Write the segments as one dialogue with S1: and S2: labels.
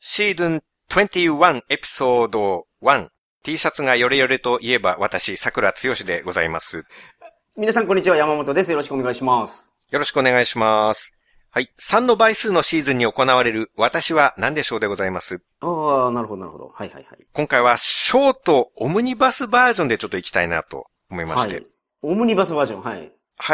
S1: シーズン21エピソード 1T シャツがヨレヨレといえば私、桜つよしでございます。
S2: 皆さん、こんにちは。山本です。よろしくお願いします。
S1: よろしくお願いします。はい。3の倍数のシーズンに行われる私は何でしょうでございます。
S2: ああ、なるほど、なるほど。はいはいはい。
S1: 今回はショートオムニバスバージョンでちょっと行きたいなと思いまして。
S2: は
S1: はい
S2: い。オムニバスバージョン、は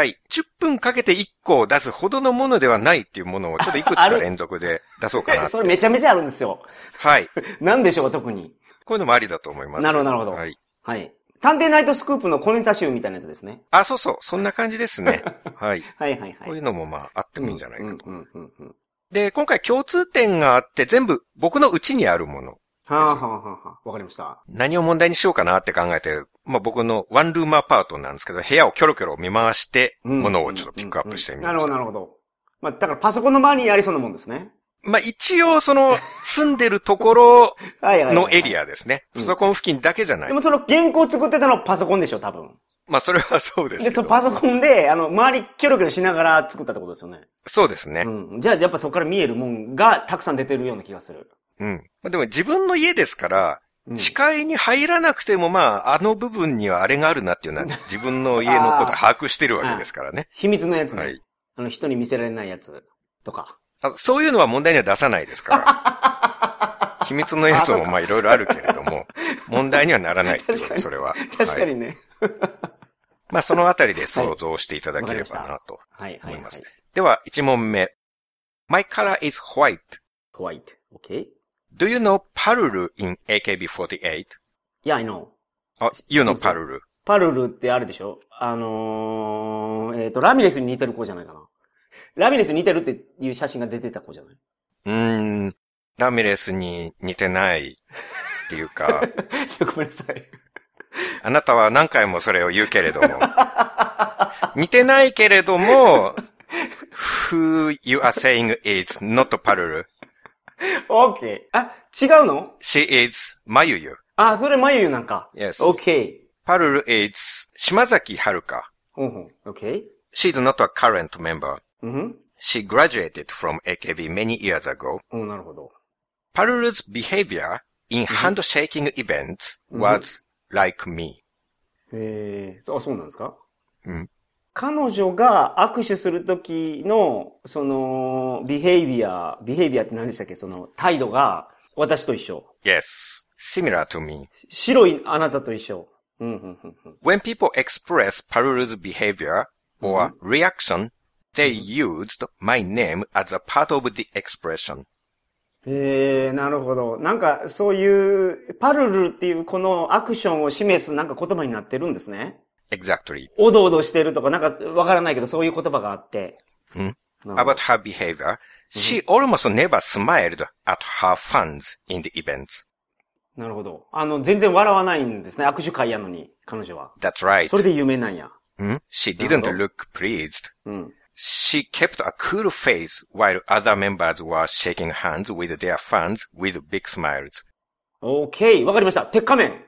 S2: い。
S1: 10分かけて1個を出すほどのものではないっていうものをちょっといくつ
S2: あ
S1: か
S2: ある
S1: 連続で出そう かなって
S2: それめちゃめちゃあるんですよ。
S1: はい。
S2: なんでしょう、特に。
S1: こういうのもありだと思います。
S2: なるほどなるほど
S1: はい。
S2: はい。探偵ナイトスクープの小ネタ集みたいなやつですね。
S1: あ、そうそう。そんな感じですね。はい。
S2: はいはいはい。
S1: こういうのもまあ、あってもいいんじゃないかと。
S2: うんうんうんうん。
S1: で、今回共通点があって全部僕のうちにあるもの。
S2: はあはあはあはあ。わかりました。
S1: 何を問題にしようかなって考えて、まあ僕のワンルームアパートなんですけど、部屋をキョロキョロ見回して、
S2: うん
S1: 物をちょっとピックアップしてみ
S2: うん
S1: ま
S2: うん
S1: し
S2: な
S1: た。
S2: るほど、なるほど。まあ、だからパソコンの周りにありそうなもんですね。
S1: まあ一応その住んでるところ
S2: はいはいはい、
S1: のエリ。アですね。
S2: う
S1: パ
S2: ん
S1: ソコン付近だけじゃない
S2: で。もその原稿作ってたのはパソコンでしょ、多分。
S1: まあそれはそうで
S2: で、
S1: すけ
S2: そ
S1: ど
S2: の。パソコンで、あの、周りキョロキョロしながら作ったってことですよね。
S1: そうですね。
S2: うん。じゃあ、やっぱそこから見えるもんがたくさん出てるような気がする。
S1: うん。まあでも自分の家ですから、
S2: うん
S1: 視界に入らなくてもまああの部分にはあれがあるなっていう のは自分の家のことは把握してるわけですからね。
S2: 秘密のやつね。
S1: はい。
S2: あの、人に見せられないやつとか。
S1: あそういうのは問題には出さないです から。秘密のやつもまあいろいろあるけれども、問題にはならないっていうことで、それは。
S2: 確か
S1: はい。
S2: にね。
S1: まあそのあたりで想像していただければなと
S2: はい、はい、
S1: 思
S2: はいい
S1: ま。す。では、1問目。My color is white.
S2: white. Okay?
S1: Do you know Parul in AKB48?
S2: Yeah, I know.
S1: あ、You know Parul.
S2: パルルってあるでしょあのー、えっ、と、ラミレスに似てる子じゃないかな。ラミレスに似てるっていう写真が出てた子じゃないう
S1: ーん、ラミレスに似てないっていう か、
S2: ごめんなさい。
S1: あなたは何回もそれを言うけれども。似てないけれども、who you are saying is not Parul.
S2: OK. あ、違うの
S1: She is Mayuyu.
S2: あ、それ眉なんか。
S1: Yes.
S2: OK.
S1: Parul is 島崎遥香。
S2: ほんほん。OK?
S1: She is not a current member.
S2: うん。
S1: She graduated from AKB many years ago.
S2: うん、なるほど。
S1: Parul's behavior in handshaking events was like me.
S2: ええあ、そうなんですか
S1: うん。
S2: 彼女が握手するときの、その、ビヘイビア、ビヘイビアって何でしたっけその、態度が、私と一緒。
S1: Yes, similar to me.
S2: 白いあなたと一緒。うん、うん、うんうん。
S1: When people express Parul's behavior or reaction, they used my name as a part of the expression.
S2: ええなるほど。なんか、そういう、パルルっていうこのアクションを示すなんか言葉になってるんですね。
S1: Exactly.
S2: おどおどしてるとか、なんか、わからないけど、そういう言葉があって。
S1: うん
S2: なるほど
S1: About her behavior, she almost never smiled at her fans in the events.
S2: なるほど。あの、全然笑わないんですね。握手会やのに、彼女は。
S1: That's right.
S2: それで有名なんや。
S1: Hmm? She didn't
S2: Hello.
S1: look pleased.
S2: うん。
S1: She kept a cool face while other members were shaking hands with their fans with big smiles.
S2: オーケー、わかりました。鉄仮面。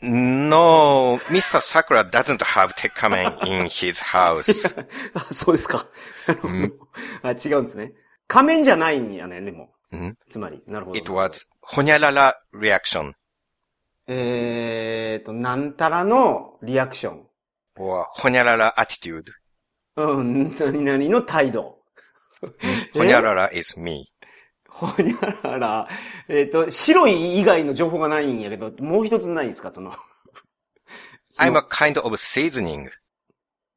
S1: No, Mr. Sakura doesn't have Tekkamen in his house.
S2: あ、そうですか。なるほどあ、違うんですね。仮面じゃないんやね、でも。
S1: うん
S2: つまり、なるほど。
S1: It was ほにゃらら reaction
S2: えーと、なんたらのリアクション。
S1: or ほにゃらら attitude.
S2: うん、何々の態度。
S1: ほにゃらら is me.
S2: ほにゃらら。えっ、と、白い以外の情報がないんやけど、もう一つないですか、その。その
S1: I'm a kind of seasoning.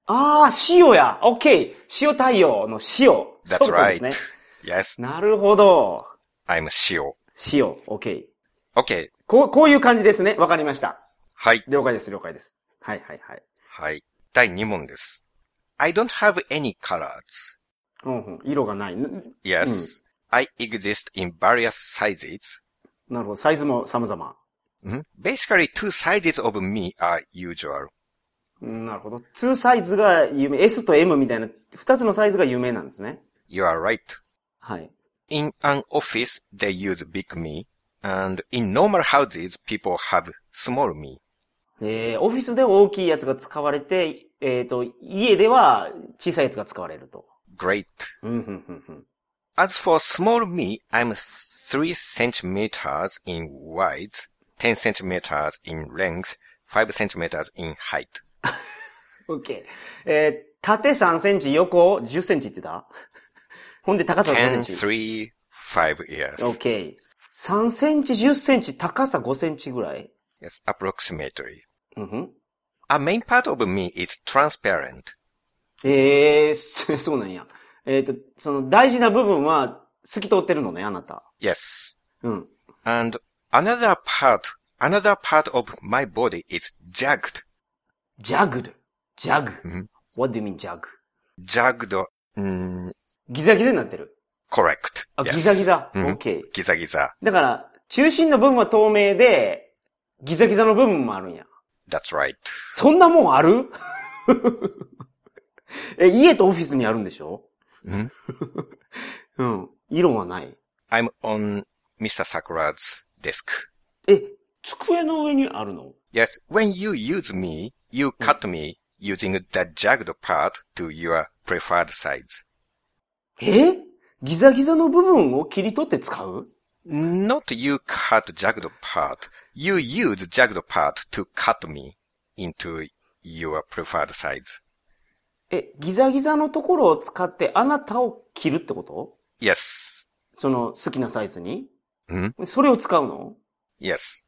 S2: ああ、塩や。オッケー。塩太陽の塩。
S1: That's
S2: ソフトで
S1: right.
S2: すね
S1: Yes,
S2: なるほど。
S1: I'm 塩。
S2: 塩。オッケー。
S1: OK.
S2: こう、こういう感じですね。わかりました。
S1: はい。
S2: 了解です、了解です。はい、はい、はい。
S1: はい。第2問です。I don't have any colors.
S2: うんうん、色がない。ん
S1: Yes. I exist in various sizes.
S2: なるほど。サイズも様々。
S1: ん Basically, two sizes of me are usual.
S2: うんなるほど。2サイズが有名。S と M みたいな、2つのサイズが有名なんですね。
S1: You are right.
S2: はい。
S1: In an office, they use big me. And in normal houses, people have small me.
S2: えー、オフィスでは大きいやつが使われて、えっ、と、家では小さいやつが使われると。
S1: Great.
S2: うん、うん、うん、うん。
S1: As for small me, I'm 3 centimeters in width, 10 centimeters in length, 5 centimeters in height.
S2: OK。えー縦3センチ、横10センチって言ってたほんで高さ
S1: 10,
S2: 5センチ。
S1: 3, 5 years.
S2: OK。3センチ、10センチ、高さ5センチぐらい。
S1: Yes, approximately.
S2: うんふん
S1: A main part of me is transparent.
S2: ええそ そうなんや。えっ、と、その大事な部分は透き通ってるのね、あなた。
S1: Yes.
S2: うん。
S1: And another part, another part of my body is jagged.
S2: jagged. jag.
S1: ん
S2: What do you mean jag?
S1: Jagged, mm,
S2: ギザギザになってる。
S1: correct.
S2: あ、
S1: Yes.
S2: ギザギザ。
S1: Mhm.
S2: OK。
S1: ギザギザ。
S2: だから、中心の部分は透明で、ギザギザの部分もあるんや。
S1: That's right.
S2: そんなもんある え、家とオフィスにあるんでしょ
S1: ん
S2: うん。色はない。
S1: I'm on Mr. Sakura's desk.
S2: え、机の上にあるの
S1: Yes, when you use me, you cut me using the jagged part to your preferred sides.
S2: えギザギザの部分を切り取って使う
S1: Not you cut jagged part. You use jagged part to cut me into your preferred sides.
S2: え、ギザギザのところを使ってあなたを切るってこと
S1: Yes.
S2: その好きなサイズに
S1: ん
S2: それを使うの
S1: Yes.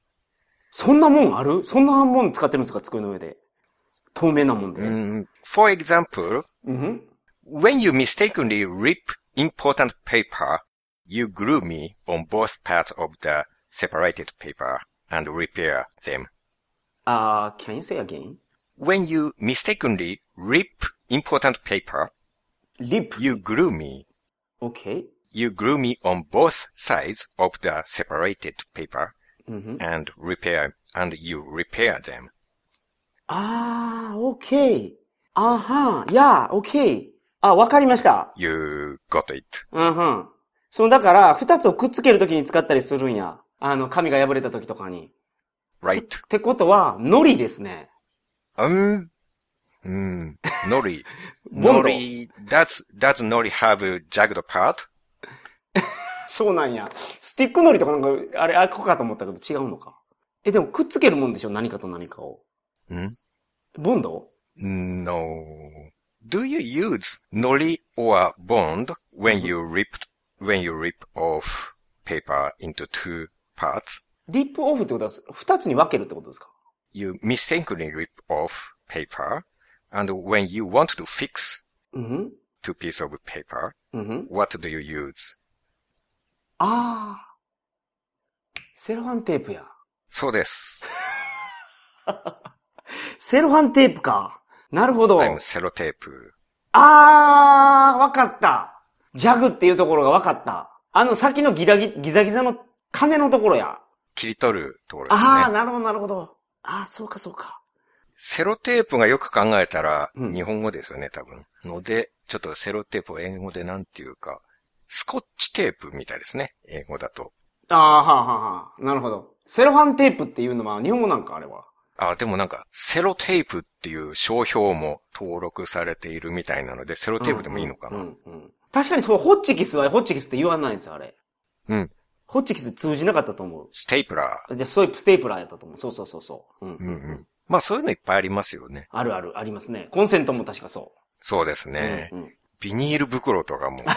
S2: そんなもんあるそんなもん使ってるんですか机の上で。透明なもんで。
S1: Mm, for example,
S2: うんふん
S1: when you mistakenly rip important paper, you glue me on both parts of the separated paper and repair them.
S2: あー、can you say again?
S1: When you mistakenly rip important paper,
S2: lip.
S1: you glue me.
S2: Okay.
S1: You glue me on both sides of the separated paper and repair, and you repair them.
S2: あー、okay. あはん。やー、okay. あ、わかりました。
S1: You got it.
S2: うんふん。その、だから、二つをくっつけるときに使ったりするんや。あの、紙が破れたときとかに。
S1: Right?
S2: ってことは、糊ですね。
S1: Um, mm, Nori.
S2: Bondo.
S1: Nori, does, does Nori have a jagged part?
S2: そうなんや。スティック糊とかなんか、あれ、あれ、ここかと思ったけど違うのか。え、でもくっつけるもんでしょ何かと何かを。
S1: ん
S2: ボンド
S1: No. Do you use Nori or bond when you rip, when you rip off paper into two parts?
S2: リップオフってことは、二つに分けるってことですか
S1: you mistakenly rip off paper, and when you want to fix
S2: うんふん
S1: two pieces of paper,
S2: うんふん
S1: what do you use?
S2: ああ。セロハンテープや。
S1: そうです。
S2: セロハンテープか。なるほど。
S1: I'm セロテープ。
S2: あー、わかった。ジャグっていうところがわかった。あの先のギラギ、ギザギザの金のところや。
S1: 切り取るところです
S2: あー、
S1: ね。
S2: なるほど、なるほど。あー、そうか、そうか。
S1: セロテープがよく考えたら、
S2: うん
S1: 日本語ですよね、多分。ので、ちょっとセロテープを英語でなんていうか、スコッチテープみたいですね、英語だと。
S2: あー、はあ、はあ、はあ。なるほど。セロハンテープっていうのは日本語なんか、あれは。
S1: あ、でもなんか、セロテープっていう商標も登録されているみたいなので、セロテープでもいいのか
S2: う
S1: な。
S2: ん、うん。確かにそう、ホッチキスはホッチキスって言わないんですよ、あれ。
S1: うん。
S2: ホッチキス通じなかったと思う。
S1: ステープラー。
S2: で、そういうステープラーやったと思う。そうそうそうそう。うん。
S1: うんうん。まあそういうのいっぱいありますよね。
S2: あるある、ありますね。コンセントも確かそ
S1: そうです
S2: う。
S1: ね。
S2: うんうん
S1: ビニール袋とかも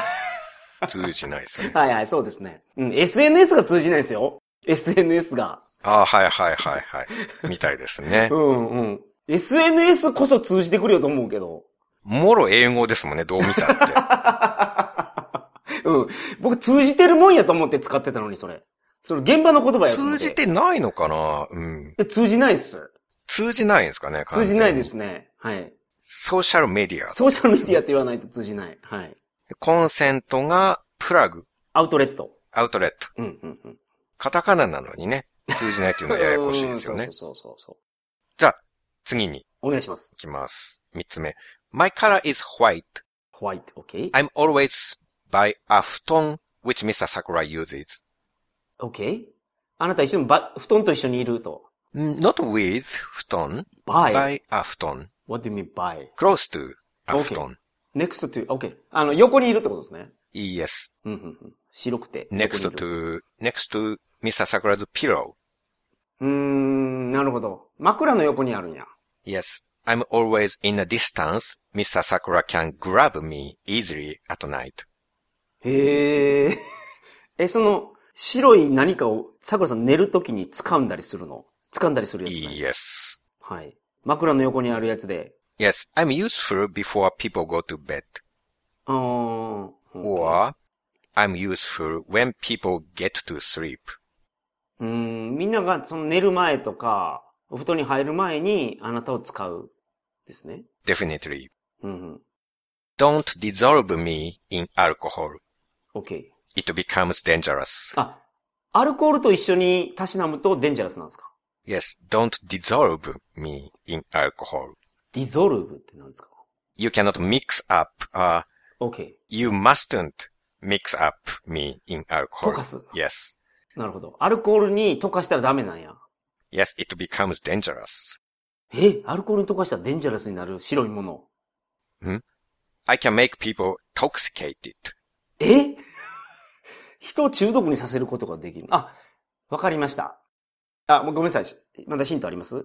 S1: 通じないですよね。
S2: はいはい、そうですね。うん、SNS が通じないですよ。SNS が。
S1: ああ、はいはいはいはい。みたいですね
S2: う。んうん。SNS こそ通じてくるよと思うけど。
S1: もろ英語ですもんね、どう見たって。
S2: うん。僕通じてるもんやと思って使ってたのに、それ。それ現場の言葉やと思っ
S1: 通じてないのかなうん。
S2: え通じないっす。
S1: 通じないんですかね、完
S2: 通
S1: 全に
S2: じないで。すね。はい。
S1: ソーシャルメディア。
S2: ソーシャルメディアって言わないと通じない。はい。
S1: コンセントがプラグ、
S2: アウトレット。
S1: アウトレット。
S2: うんうんうん。
S1: カタカナなのにね、通じないっていうのはややこしいですよ
S2: う
S1: ね
S2: ん。 そうそうそうそう。
S1: じゃあ、次に行
S2: お願いします。
S1: きます。三つ目。My color is white.
S2: ホワイト、OK?
S1: I'm always by a 布団 which Mr. Sakura uses.
S2: OK? あなた一緒にば、布団と一緒にいると。
S1: Mm, Not with 布団
S2: by.
S1: by a 布団
S2: What do you mean by?
S1: close to a
S2: Okay.
S1: 布団
S2: next to, OK. あの、横にいるってことですね。
S1: yes,
S2: うんうんうん。白くて。
S1: next
S2: 横にいる。
S1: to next to Mr. Sakura's pillow.
S2: うーん、なるほど。枕の横にあるんや。
S1: Yes, I'm always in a distance. Mr. Sakura can grab me easily at night.
S2: へえ。 え、その、白い何かを、桜さん寝るときに掴んだりするの掴んだりするやつ、ね、
S1: Yes.
S2: はい。枕の横にあるやつで。
S1: Yes, I'm useful before people go to bed.
S2: あー。
S1: Or I'm useful when people get to sleep.
S2: うーん、みんながその寝る前とか、お布団に入る前にあなたを使う。ですね。
S1: Definitely.
S2: うん、
S1: Don't dissolve me in alcohol.
S2: うん。OK。
S1: It becomes dangerous.
S2: あ、アルコールと一緒にたしなむとデンジャラスなんですか
S1: Yes, don't dissolve me in alcohol.
S2: ディゾルブって何ですか
S1: You cannot mix up, uh,
S2: ?OK。
S1: you mustn't mix up me in
S2: 溶
S1: alcohol.
S2: かす。
S1: Yes.
S2: なるほど。アルコールに溶かしたらダメなんや。
S1: Yes, it becomes dangerous.
S2: えアルコールに溶かしたらデンジャラスになる白いもの。
S1: I can make people toxicated.
S2: え人を中毒にさせることができる。あ、わかりました。あ、もうごめんなさい。まだヒントあります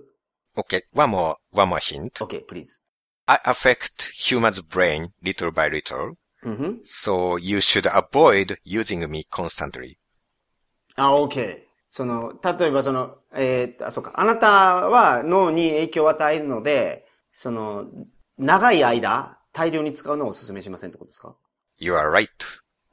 S1: Okay, one more, one more hint.
S2: ?OK, please.
S1: I affect human's brain little by little,
S2: うんふん。
S1: so you should avoid using me constantly.
S2: あ、OK。その、例えばその、えーあ、そうか。あなたは脳に影響を与えるので、その、長い間、大量に使うのをお勧めしませんってことですか
S1: You are right.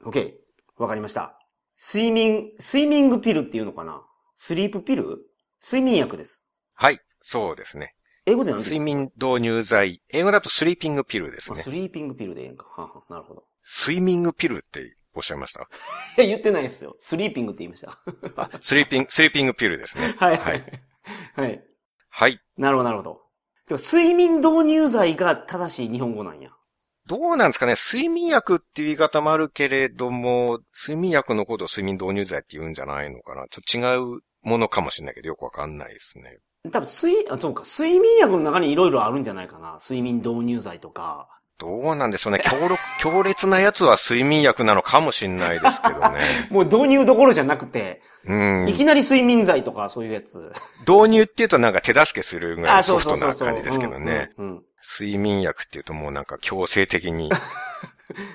S2: ?OK。わかりました。睡眠、睡眠グピルっていうのかなスリープピル睡眠薬です。
S1: はい、そうですね。
S2: 英語で何ですか
S1: 睡眠導入剤。英語だとスリーピングピルです
S2: あ
S1: ね。
S2: スリーピングピルでええんか。はんはんなるほど。
S1: スイミングピルっておっしゃいました
S2: いや、言ってないですよ。スリーピングって言いました。
S1: あ、スリーピング、スリーピングピルですね。
S2: はいは。
S1: はい
S2: はい。
S1: はい。
S2: なるほど、なるほど。てか睡眠導入剤が正しい日本語なんや。
S1: どうなんですかね睡眠薬っていう言い方もあるけれども、睡眠薬のことを睡眠導入剤って言うんじゃないのかなちょっと違うものかもしれないけどよくわかんないですね。
S2: 多分、睡、あ、そうか、睡眠薬の中にいろいろあるんじゃないかな。睡眠導入剤とか。
S1: どうなんでしょう ね強力、強烈なやつは睡眠薬なのかもしれないですけど ね。
S2: もう導入どころじゃなくて、
S1: うん。
S2: い
S1: 導
S2: きなり睡眠剤とかそういうやつ。
S1: 入っていうとなんか手助けするぐらいのソフトな感じですけどね。
S2: うん。うんうん
S1: 睡眠薬っていうともうなんか強制的 に。だか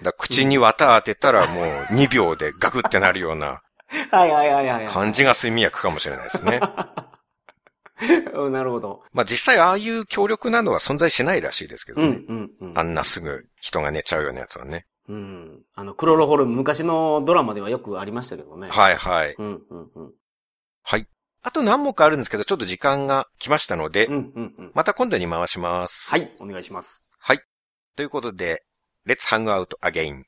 S1: ら口に綿当てたらもう2秒でガクってなるような
S2: はいはいはいはいはい。
S1: 感じが睡眠薬かもしれないですね。
S2: うんなるほど。
S1: まあ実際ああいう強力なのは存在しないらしいですけど
S2: うん
S1: ね。
S2: うんうん
S1: あ。んなすぐ人が寝ちゃうようなやつはね。
S2: うん。あの、クロロホルム、昔のドラマではよくありましたけどね。い。
S1: はいはい。
S2: うんうんうん。
S1: あと何問かあるんですけど、ちょっと時間が来ましたので、
S2: うんうんうん。
S1: また今度に回します。
S2: は。い、お願いします。
S1: はい。ということで、Let's hang out again.